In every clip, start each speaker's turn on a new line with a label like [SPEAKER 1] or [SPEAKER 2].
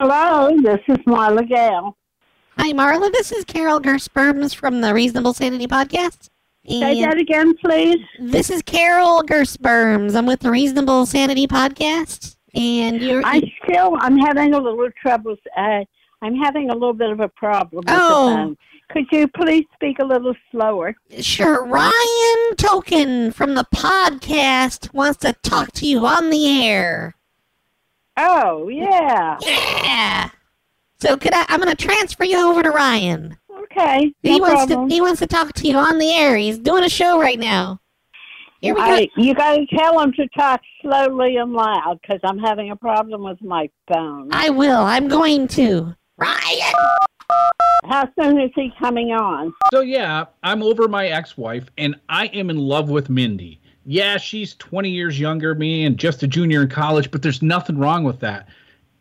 [SPEAKER 1] Hello, this is Marla Gale.
[SPEAKER 2] Hi, Marla. This is Carol Gersperms from the Reasonable Sanity Podcast.
[SPEAKER 1] Say
[SPEAKER 2] And
[SPEAKER 1] that again, please.
[SPEAKER 2] this is Carol Gersperms. I'm with the Reasonable Sanity Podcast. And you're.
[SPEAKER 1] I still, I'm having a little trouble. Uh, I'm having a little bit of a problem with
[SPEAKER 2] Oh.
[SPEAKER 1] the phone. Could you please speak a little slower?
[SPEAKER 2] Sure, Ryan Token from the podcast wants to talk to you on the air.
[SPEAKER 1] Oh, yeah.
[SPEAKER 2] Yeah. So could I? I'm gonna transfer you over to Ryan.
[SPEAKER 1] Okay. No
[SPEAKER 2] he wants
[SPEAKER 1] problem.
[SPEAKER 2] to. He wants to talk to you on the air. He's doing a show right now. Here we go.
[SPEAKER 1] I, you got to tell him to talk slowly and loud because I'm having a problem with my phone.
[SPEAKER 2] I will. I'm going to. Ryan.
[SPEAKER 1] How soon is he coming on?
[SPEAKER 3] So yeah, I'm over my ex-wife and I am in love with Mindy. Yeah, she's 20 years younger than me and just a junior in college, but there's nothing wrong with that.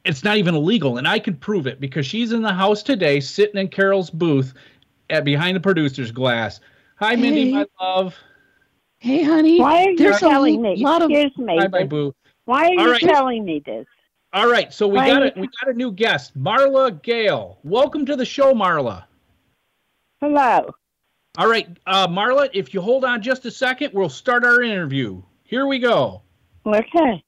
[SPEAKER 3] It's not even illegal and I can prove it because she's in the house today sitting in Carol's booth at behind the producer's glass. Hi Mindy,
[SPEAKER 4] Hey.
[SPEAKER 3] my love.
[SPEAKER 4] Hey, honey.
[SPEAKER 1] Why are you
[SPEAKER 4] There's a
[SPEAKER 1] telling me?
[SPEAKER 4] lot of-
[SPEAKER 1] Excuse me.
[SPEAKER 3] Hi my boo.
[SPEAKER 1] Why are
[SPEAKER 3] All
[SPEAKER 1] you
[SPEAKER 3] right.
[SPEAKER 1] telling me this?
[SPEAKER 3] All right, so we
[SPEAKER 1] Hi.
[SPEAKER 3] got a we got a new guest, Marla Gale. Welcome to the show, Marla.
[SPEAKER 1] Hello.
[SPEAKER 3] All right, uh, Marla, if you hold on just a second, we'll start our interview. Here we go.
[SPEAKER 1] Okay.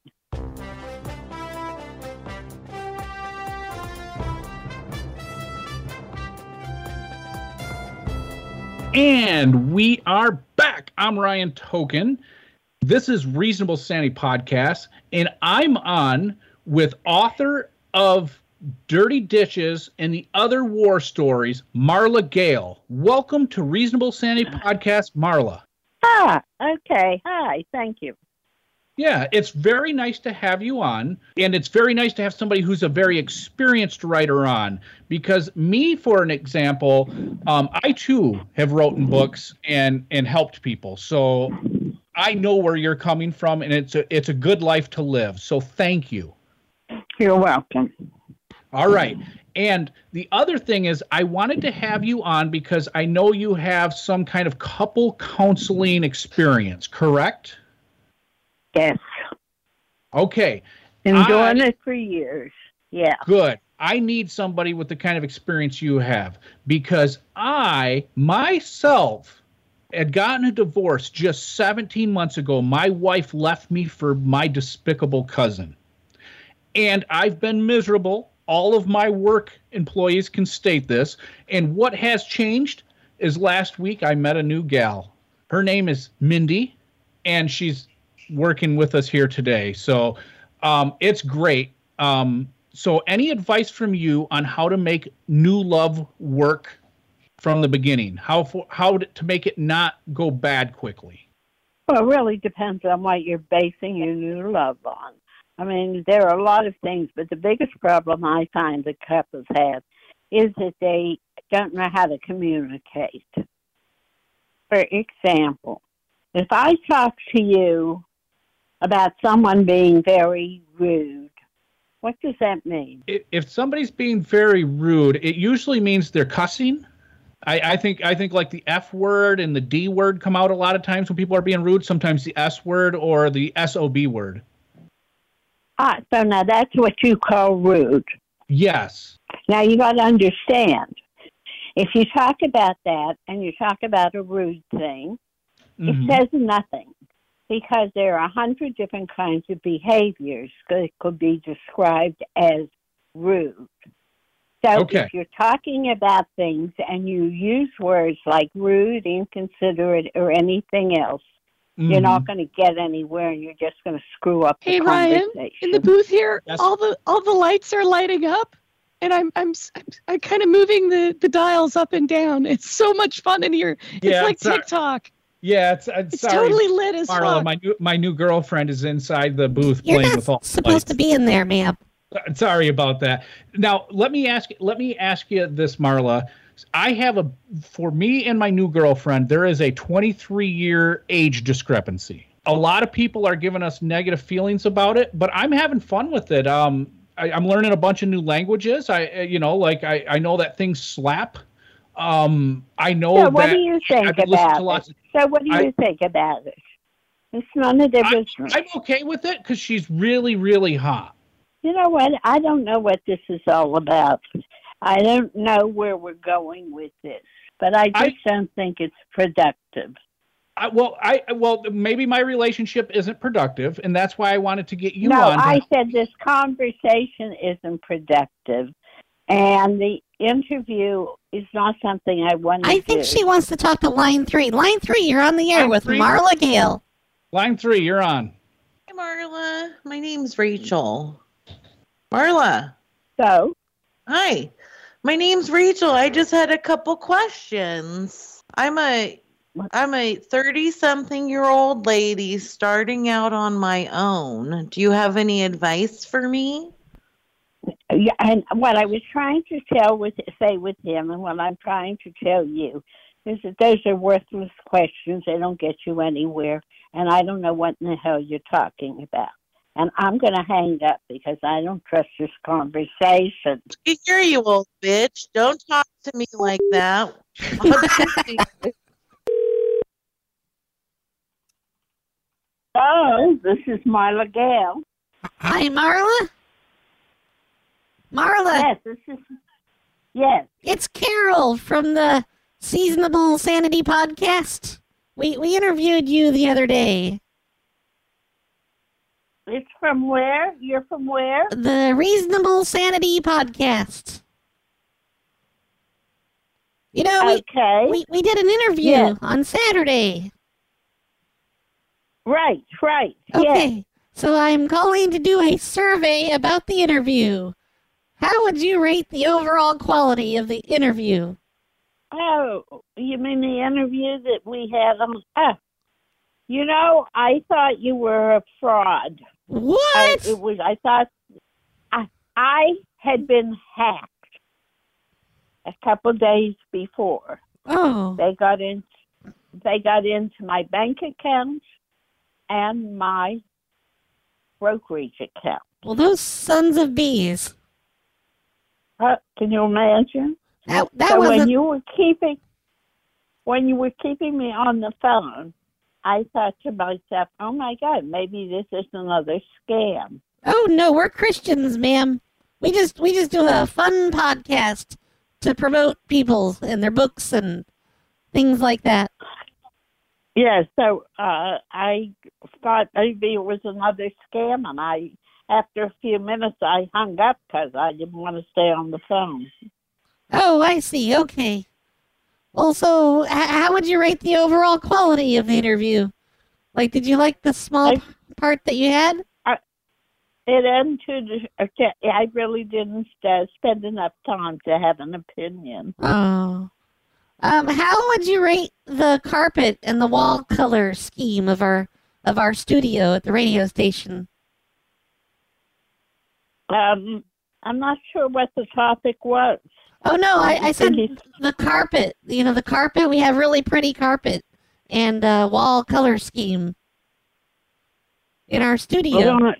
[SPEAKER 3] And we are back. I'm Ryan Token. This is Reasonable Sanity Podcast, and I'm on with author of Dirty Dishes and the Other War Stories, Marla Gale. Welcome to Reasonable Sanity Podcast, Marla.
[SPEAKER 1] Ah, okay. Hi. Thank you.
[SPEAKER 3] Yeah, it's very nice to have you on. And it's very nice to have somebody who's a very experienced writer on. Because me, for an example, um, I too have written books and and helped people. So I know where you're coming from, and it's a it's a good life to live. So thank you.
[SPEAKER 1] You're welcome.
[SPEAKER 3] All right. And the other thing is, I wanted to have you on because I know you have some kind of couple counseling experience, correct?
[SPEAKER 1] Yes.
[SPEAKER 3] Okay.
[SPEAKER 1] Been
[SPEAKER 3] I-
[SPEAKER 1] doing it for years. Yeah.
[SPEAKER 3] good. I need somebody with the kind of experience you have because I myself had gotten a divorce just 17 months ago. My wife left me for my despicable cousin. And I've been miserable. All of my work employees can state this. And what has changed is last week I met a new gal. Her name is Mindy, and she's working with us here today. So um, it's great. Um, so, any advice from you on how to make new love work from the beginning? How for, how to to make it not go bad quickly?
[SPEAKER 1] Well, it really depends on what you're basing your new love on. I mean, there are a lot of things, but the biggest problem I find that couples have is that they don't know how to communicate. For example, if I talk to you about someone being very rude, what does that mean?
[SPEAKER 3] I- If somebody's being very rude, it usually means they're cussing. I, I think I think like the F word and the D word come out a lot of times when people are being rude. Sometimes the S word or the SOB word.
[SPEAKER 1] Ah, so now that's what you call rude.
[SPEAKER 3] Yes.
[SPEAKER 1] Now you got to understand. If you talk about that and you talk about a rude thing,
[SPEAKER 3] Mhm.
[SPEAKER 4] Mm-hmm.
[SPEAKER 1] it says nothing because there are a hundred different kinds of behaviors that could be described as rude. So
[SPEAKER 3] Okay.
[SPEAKER 1] if you're talking about things and you use words like rude, inconsiderate, or anything else, you're
[SPEAKER 3] Mhm.
[SPEAKER 1] not going to get anywhere, and you're just going to screw up
[SPEAKER 4] Mm-hmm. Hey,
[SPEAKER 1] the
[SPEAKER 4] Ryan,
[SPEAKER 1] conversation.
[SPEAKER 4] in the booth here,
[SPEAKER 3] Yes.
[SPEAKER 4] all the all the lights are lighting up, and I'm I'm s- I'm, I'm kind of moving the the dials up and down. It's so much fun in here.
[SPEAKER 3] Yeah,
[SPEAKER 4] it's like
[SPEAKER 3] sorry.
[SPEAKER 4] TikTok.
[SPEAKER 3] Yeah, it's, I'm
[SPEAKER 4] It's
[SPEAKER 3] sorry,
[SPEAKER 4] totally lit as
[SPEAKER 3] Marla.
[SPEAKER 4] fuck.
[SPEAKER 3] My new my new girlfriend is inside the booth
[SPEAKER 2] You're
[SPEAKER 3] playing with all
[SPEAKER 2] not
[SPEAKER 3] the
[SPEAKER 2] supposed
[SPEAKER 3] lights.
[SPEAKER 2] to be in there, ma'am.
[SPEAKER 3] Uh, Sorry about that. Now let me ask let me ask you this, Marla. I have a for me and my new girlfriend, there is a 23 year age discrepancy. A lot of people are giving us negative feelings about it, but I'm having fun with it. Um, I, I'm learning a bunch of new languages. I, uh, you know, like I, I know that things slap. Um, I know
[SPEAKER 1] so what
[SPEAKER 3] that
[SPEAKER 1] do you think
[SPEAKER 3] I've been listening to
[SPEAKER 1] about
[SPEAKER 3] lots
[SPEAKER 1] it? So what do
[SPEAKER 3] I-
[SPEAKER 1] you think about it? It's none of their
[SPEAKER 3] I-
[SPEAKER 1] business.
[SPEAKER 3] I'm okay with it because she's really, really hot.
[SPEAKER 1] You know what? I don't know what this is all about. I don't know where we're going with this, but I just don't think it's productive.
[SPEAKER 3] I, well, I well maybe my relationship isn't productive, and that's why I wanted to get you
[SPEAKER 1] no,
[SPEAKER 3] on.
[SPEAKER 1] I said this conversation isn't productive, and the interview is not something I want to
[SPEAKER 2] I think
[SPEAKER 1] do.
[SPEAKER 2] she wants to talk to line three. Line three, you're on the air
[SPEAKER 3] Line
[SPEAKER 2] with
[SPEAKER 3] three.
[SPEAKER 2] Marla Gale.
[SPEAKER 3] Line three, you're on.
[SPEAKER 5] Hi, Marla. My name's Rachel. Marla,
[SPEAKER 1] so
[SPEAKER 5] hi. My name's Rachel. I just had a couple questions. I'm a I'm a 30 something year old lady starting out on my own. Do you have any advice for me?
[SPEAKER 1] Yeah, and what I was trying to tell with say with him, and what I'm trying to tell you, is that those are worthless questions. They don't get you anywhere, and I don't know what in the hell you're talking about. And I'm going to hang up because I don't trust this conversation.
[SPEAKER 5] I hear you, old bitch. Don't talk to me like that.
[SPEAKER 1] Oh, this is Marla Gale.
[SPEAKER 2] Hi, Marla. Marla,
[SPEAKER 1] Yes, this is. Yes,
[SPEAKER 2] it's Carol from the Seasonable Sanity Podcast. We we interviewed you the other day.
[SPEAKER 1] it's from where? You're from where?
[SPEAKER 2] The Reasonable Sanity Podcast. You know, Oh, we,
[SPEAKER 1] Okay.
[SPEAKER 2] we, we did an interview
[SPEAKER 1] Yeah.
[SPEAKER 2] on Saturday.
[SPEAKER 1] Right, right. Yes.
[SPEAKER 2] Okay. So I'm calling to do a survey about the interview. How would you rate the overall quality of the interview?
[SPEAKER 1] Oh, you mean the interview that we had on? Oh, you know, I thought you were a fraud. I,
[SPEAKER 2] What?
[SPEAKER 1] it was. I thought I, I had been hacked a couple days before.
[SPEAKER 2] oh.
[SPEAKER 1] They got in. They got into my bank account and my brokerage account.
[SPEAKER 2] Well, those sons of bees.
[SPEAKER 1] Uh, can you imagine?
[SPEAKER 2] That, that
[SPEAKER 1] so
[SPEAKER 2] wasn't.
[SPEAKER 1] when you were keeping when you were keeping me on the phone, I thought to myself, "Oh my God, maybe this is another scam."
[SPEAKER 2] oh no, we're Christians, ma'am. We just we just do a fun podcast to promote people and their books and things like that.
[SPEAKER 1] Yeah, so uh, I thought maybe it was another scam, and I after a few minutes I hung up because I didn't want to stay on the phone.
[SPEAKER 2] Oh, I see. Okay. Also, h- how would you rate the overall quality of the interview? Like, did you like the small
[SPEAKER 1] I-
[SPEAKER 2] p- part that you had?
[SPEAKER 1] It ended. okay, I really didn't uh, spend enough time to have an opinion.
[SPEAKER 2] Oh. Um, how would you rate the carpet and the wall color scheme of our of our studio at the radio station?
[SPEAKER 1] Um, I'm not sure what the topic was.
[SPEAKER 2] Oh no, I, I said
[SPEAKER 1] Think he
[SPEAKER 2] the carpet. You know, the carpet. We have really pretty carpet and uh, wall color scheme in our
[SPEAKER 1] I
[SPEAKER 2] studio.
[SPEAKER 1] don't,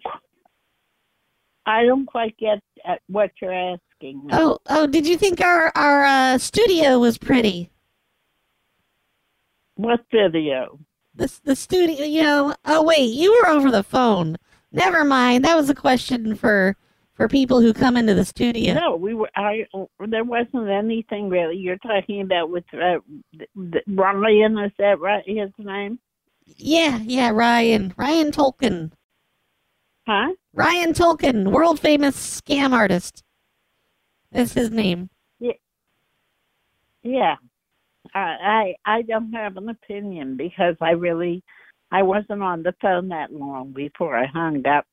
[SPEAKER 1] I don't quite get at what you're asking. me.
[SPEAKER 2] Oh, oh! Did you think our our uh, studio was pretty?
[SPEAKER 1] What video?
[SPEAKER 2] The the studio. You know. Oh wait, you were over the phone. Never mind. That was a question for for people who come into the studio.
[SPEAKER 1] No, we were. I there wasn't anything really. You're talking about with uh, th- th- Ryan. Is that right? His name?
[SPEAKER 2] Yeah, yeah. Ryan, Ryan Tolkien,
[SPEAKER 1] Huh?
[SPEAKER 2] Ryan Tolkien, world famous scam artist. That's his name.
[SPEAKER 1] Yeah. I I I don't have an opinion because I really I wasn't on the phone that long before I hung up.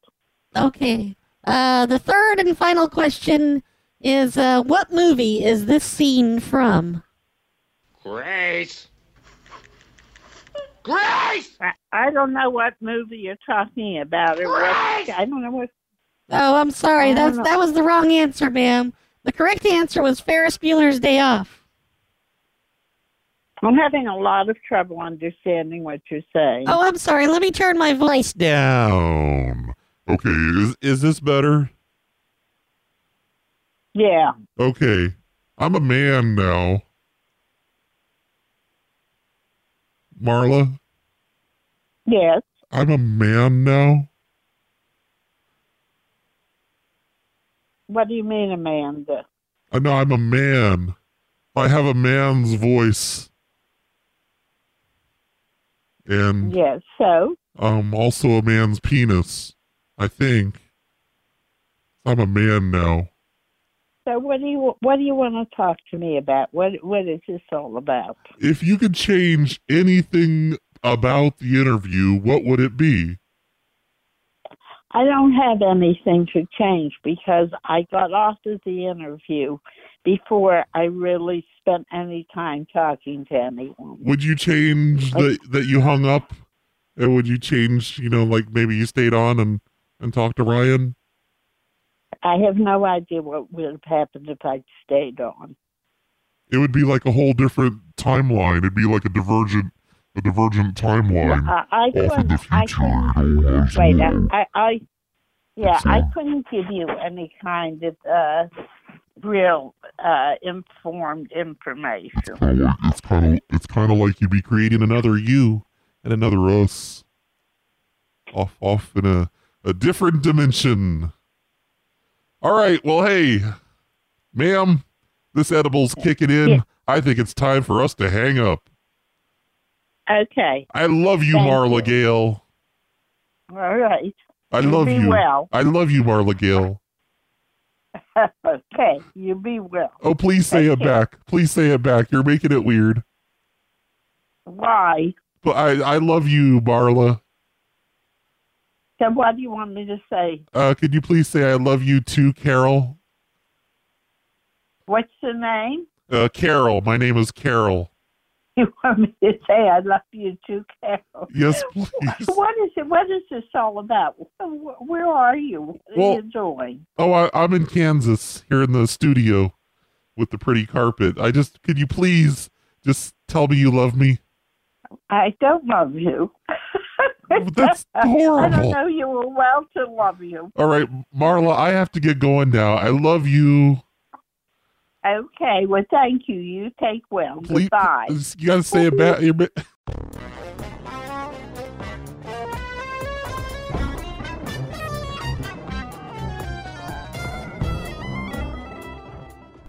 [SPEAKER 2] Okay. Uh, the third and final question is uh, what movie is this scene from?
[SPEAKER 6] Grace! Grace!
[SPEAKER 1] I, I don't know what movie you're talking about or what.
[SPEAKER 6] Grace!
[SPEAKER 1] I don't know what.
[SPEAKER 2] Oh, I'm sorry.
[SPEAKER 1] I don't
[SPEAKER 2] That's
[SPEAKER 1] know.
[SPEAKER 2] that was the wrong answer, ma'am. The correct answer was Ferris Bueller's Day Off.
[SPEAKER 1] I'm having a lot of trouble understanding what you're saying.
[SPEAKER 2] Oh, I'm sorry. Let me turn my voice.
[SPEAKER 7] down. Okay, is is this better?
[SPEAKER 1] Yeah.
[SPEAKER 7] Okay. I'm a man now. Marla,
[SPEAKER 1] Yes.
[SPEAKER 7] I'm a man now.
[SPEAKER 1] What do you mean, Amanda?
[SPEAKER 7] I know I'm a man. I have a man's voice. And
[SPEAKER 1] Yes, so
[SPEAKER 7] um also a man's penis, I think. I'm a man now.
[SPEAKER 1] so what do you what do you want to talk to me about? What what is this all about?
[SPEAKER 7] If you could change anything about the interview, what would it be?
[SPEAKER 1] I don't have anything to change because I got off of the interview before I really spent any time talking to anyone.
[SPEAKER 7] Would you change that that you hung up? And would you change, you know, like maybe you stayed on and and talked to Ryan?
[SPEAKER 1] I have no idea what would have happened if I'd stayed on.
[SPEAKER 7] It would be like a whole different timeline. It'd be like a divergent a divergent timeline.
[SPEAKER 1] I, I
[SPEAKER 7] off in the
[SPEAKER 1] couldn't. I
[SPEAKER 7] future.
[SPEAKER 1] couldn't. Wait, I, uh, I, I yeah, I couldn't give you any kind of uh, real uh, informed information.
[SPEAKER 7] Kinda like- it's kind of it's kind of like you'd be creating another you and another us, off off in a a different dimension. All right, well, hey, ma'am, this edible's kicking in.
[SPEAKER 1] Yeah.
[SPEAKER 7] I think it's time for us to hang up.
[SPEAKER 1] Okay,
[SPEAKER 7] I love you,
[SPEAKER 1] Thank
[SPEAKER 7] Marla
[SPEAKER 1] you.
[SPEAKER 7] Gale.
[SPEAKER 1] all right.
[SPEAKER 7] I love
[SPEAKER 1] be
[SPEAKER 7] you.
[SPEAKER 1] well.
[SPEAKER 7] I love you, Marla Gale.
[SPEAKER 1] okay, you be well.
[SPEAKER 7] Oh, please say
[SPEAKER 1] Thank
[SPEAKER 7] it
[SPEAKER 1] you.
[SPEAKER 7] back. Please say it back. You're making it weird.
[SPEAKER 1] Why?
[SPEAKER 7] But I, I love you, Marla.
[SPEAKER 1] So what do you want me to say?
[SPEAKER 7] Uh, could you please say I love you too, Carol?
[SPEAKER 1] What's the name?
[SPEAKER 7] Uh, Carol. My name is Carol.
[SPEAKER 1] You want me to say I love you too, Carol?
[SPEAKER 7] Yes, please.
[SPEAKER 1] What is it? What is this all about? Wh- Where are you? What are
[SPEAKER 7] Well-
[SPEAKER 1] you doing?
[SPEAKER 7] Oh, I, I'm in Kansas here in the studio with the pretty carpet. I just, could you please just tell me you love me?
[SPEAKER 1] I don't love you.
[SPEAKER 7] That's
[SPEAKER 1] I don't
[SPEAKER 7] horrible.
[SPEAKER 1] know you were well to love you.
[SPEAKER 7] All right, Marla, I have to get going now. I love you.
[SPEAKER 1] Okay, well, thank you. You take well.
[SPEAKER 7] Please,
[SPEAKER 1] Goodbye.
[SPEAKER 7] you gotta say it back. you're-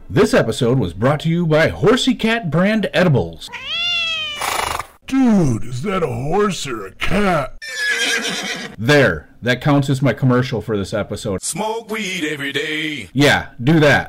[SPEAKER 3] This episode was brought to you by Horsey Cat Brand Edibles.
[SPEAKER 8] Dude, is that a horse or a cat?
[SPEAKER 3] There, that counts as my commercial for this episode.
[SPEAKER 8] Smoke weed every day.
[SPEAKER 3] Yeah, do that.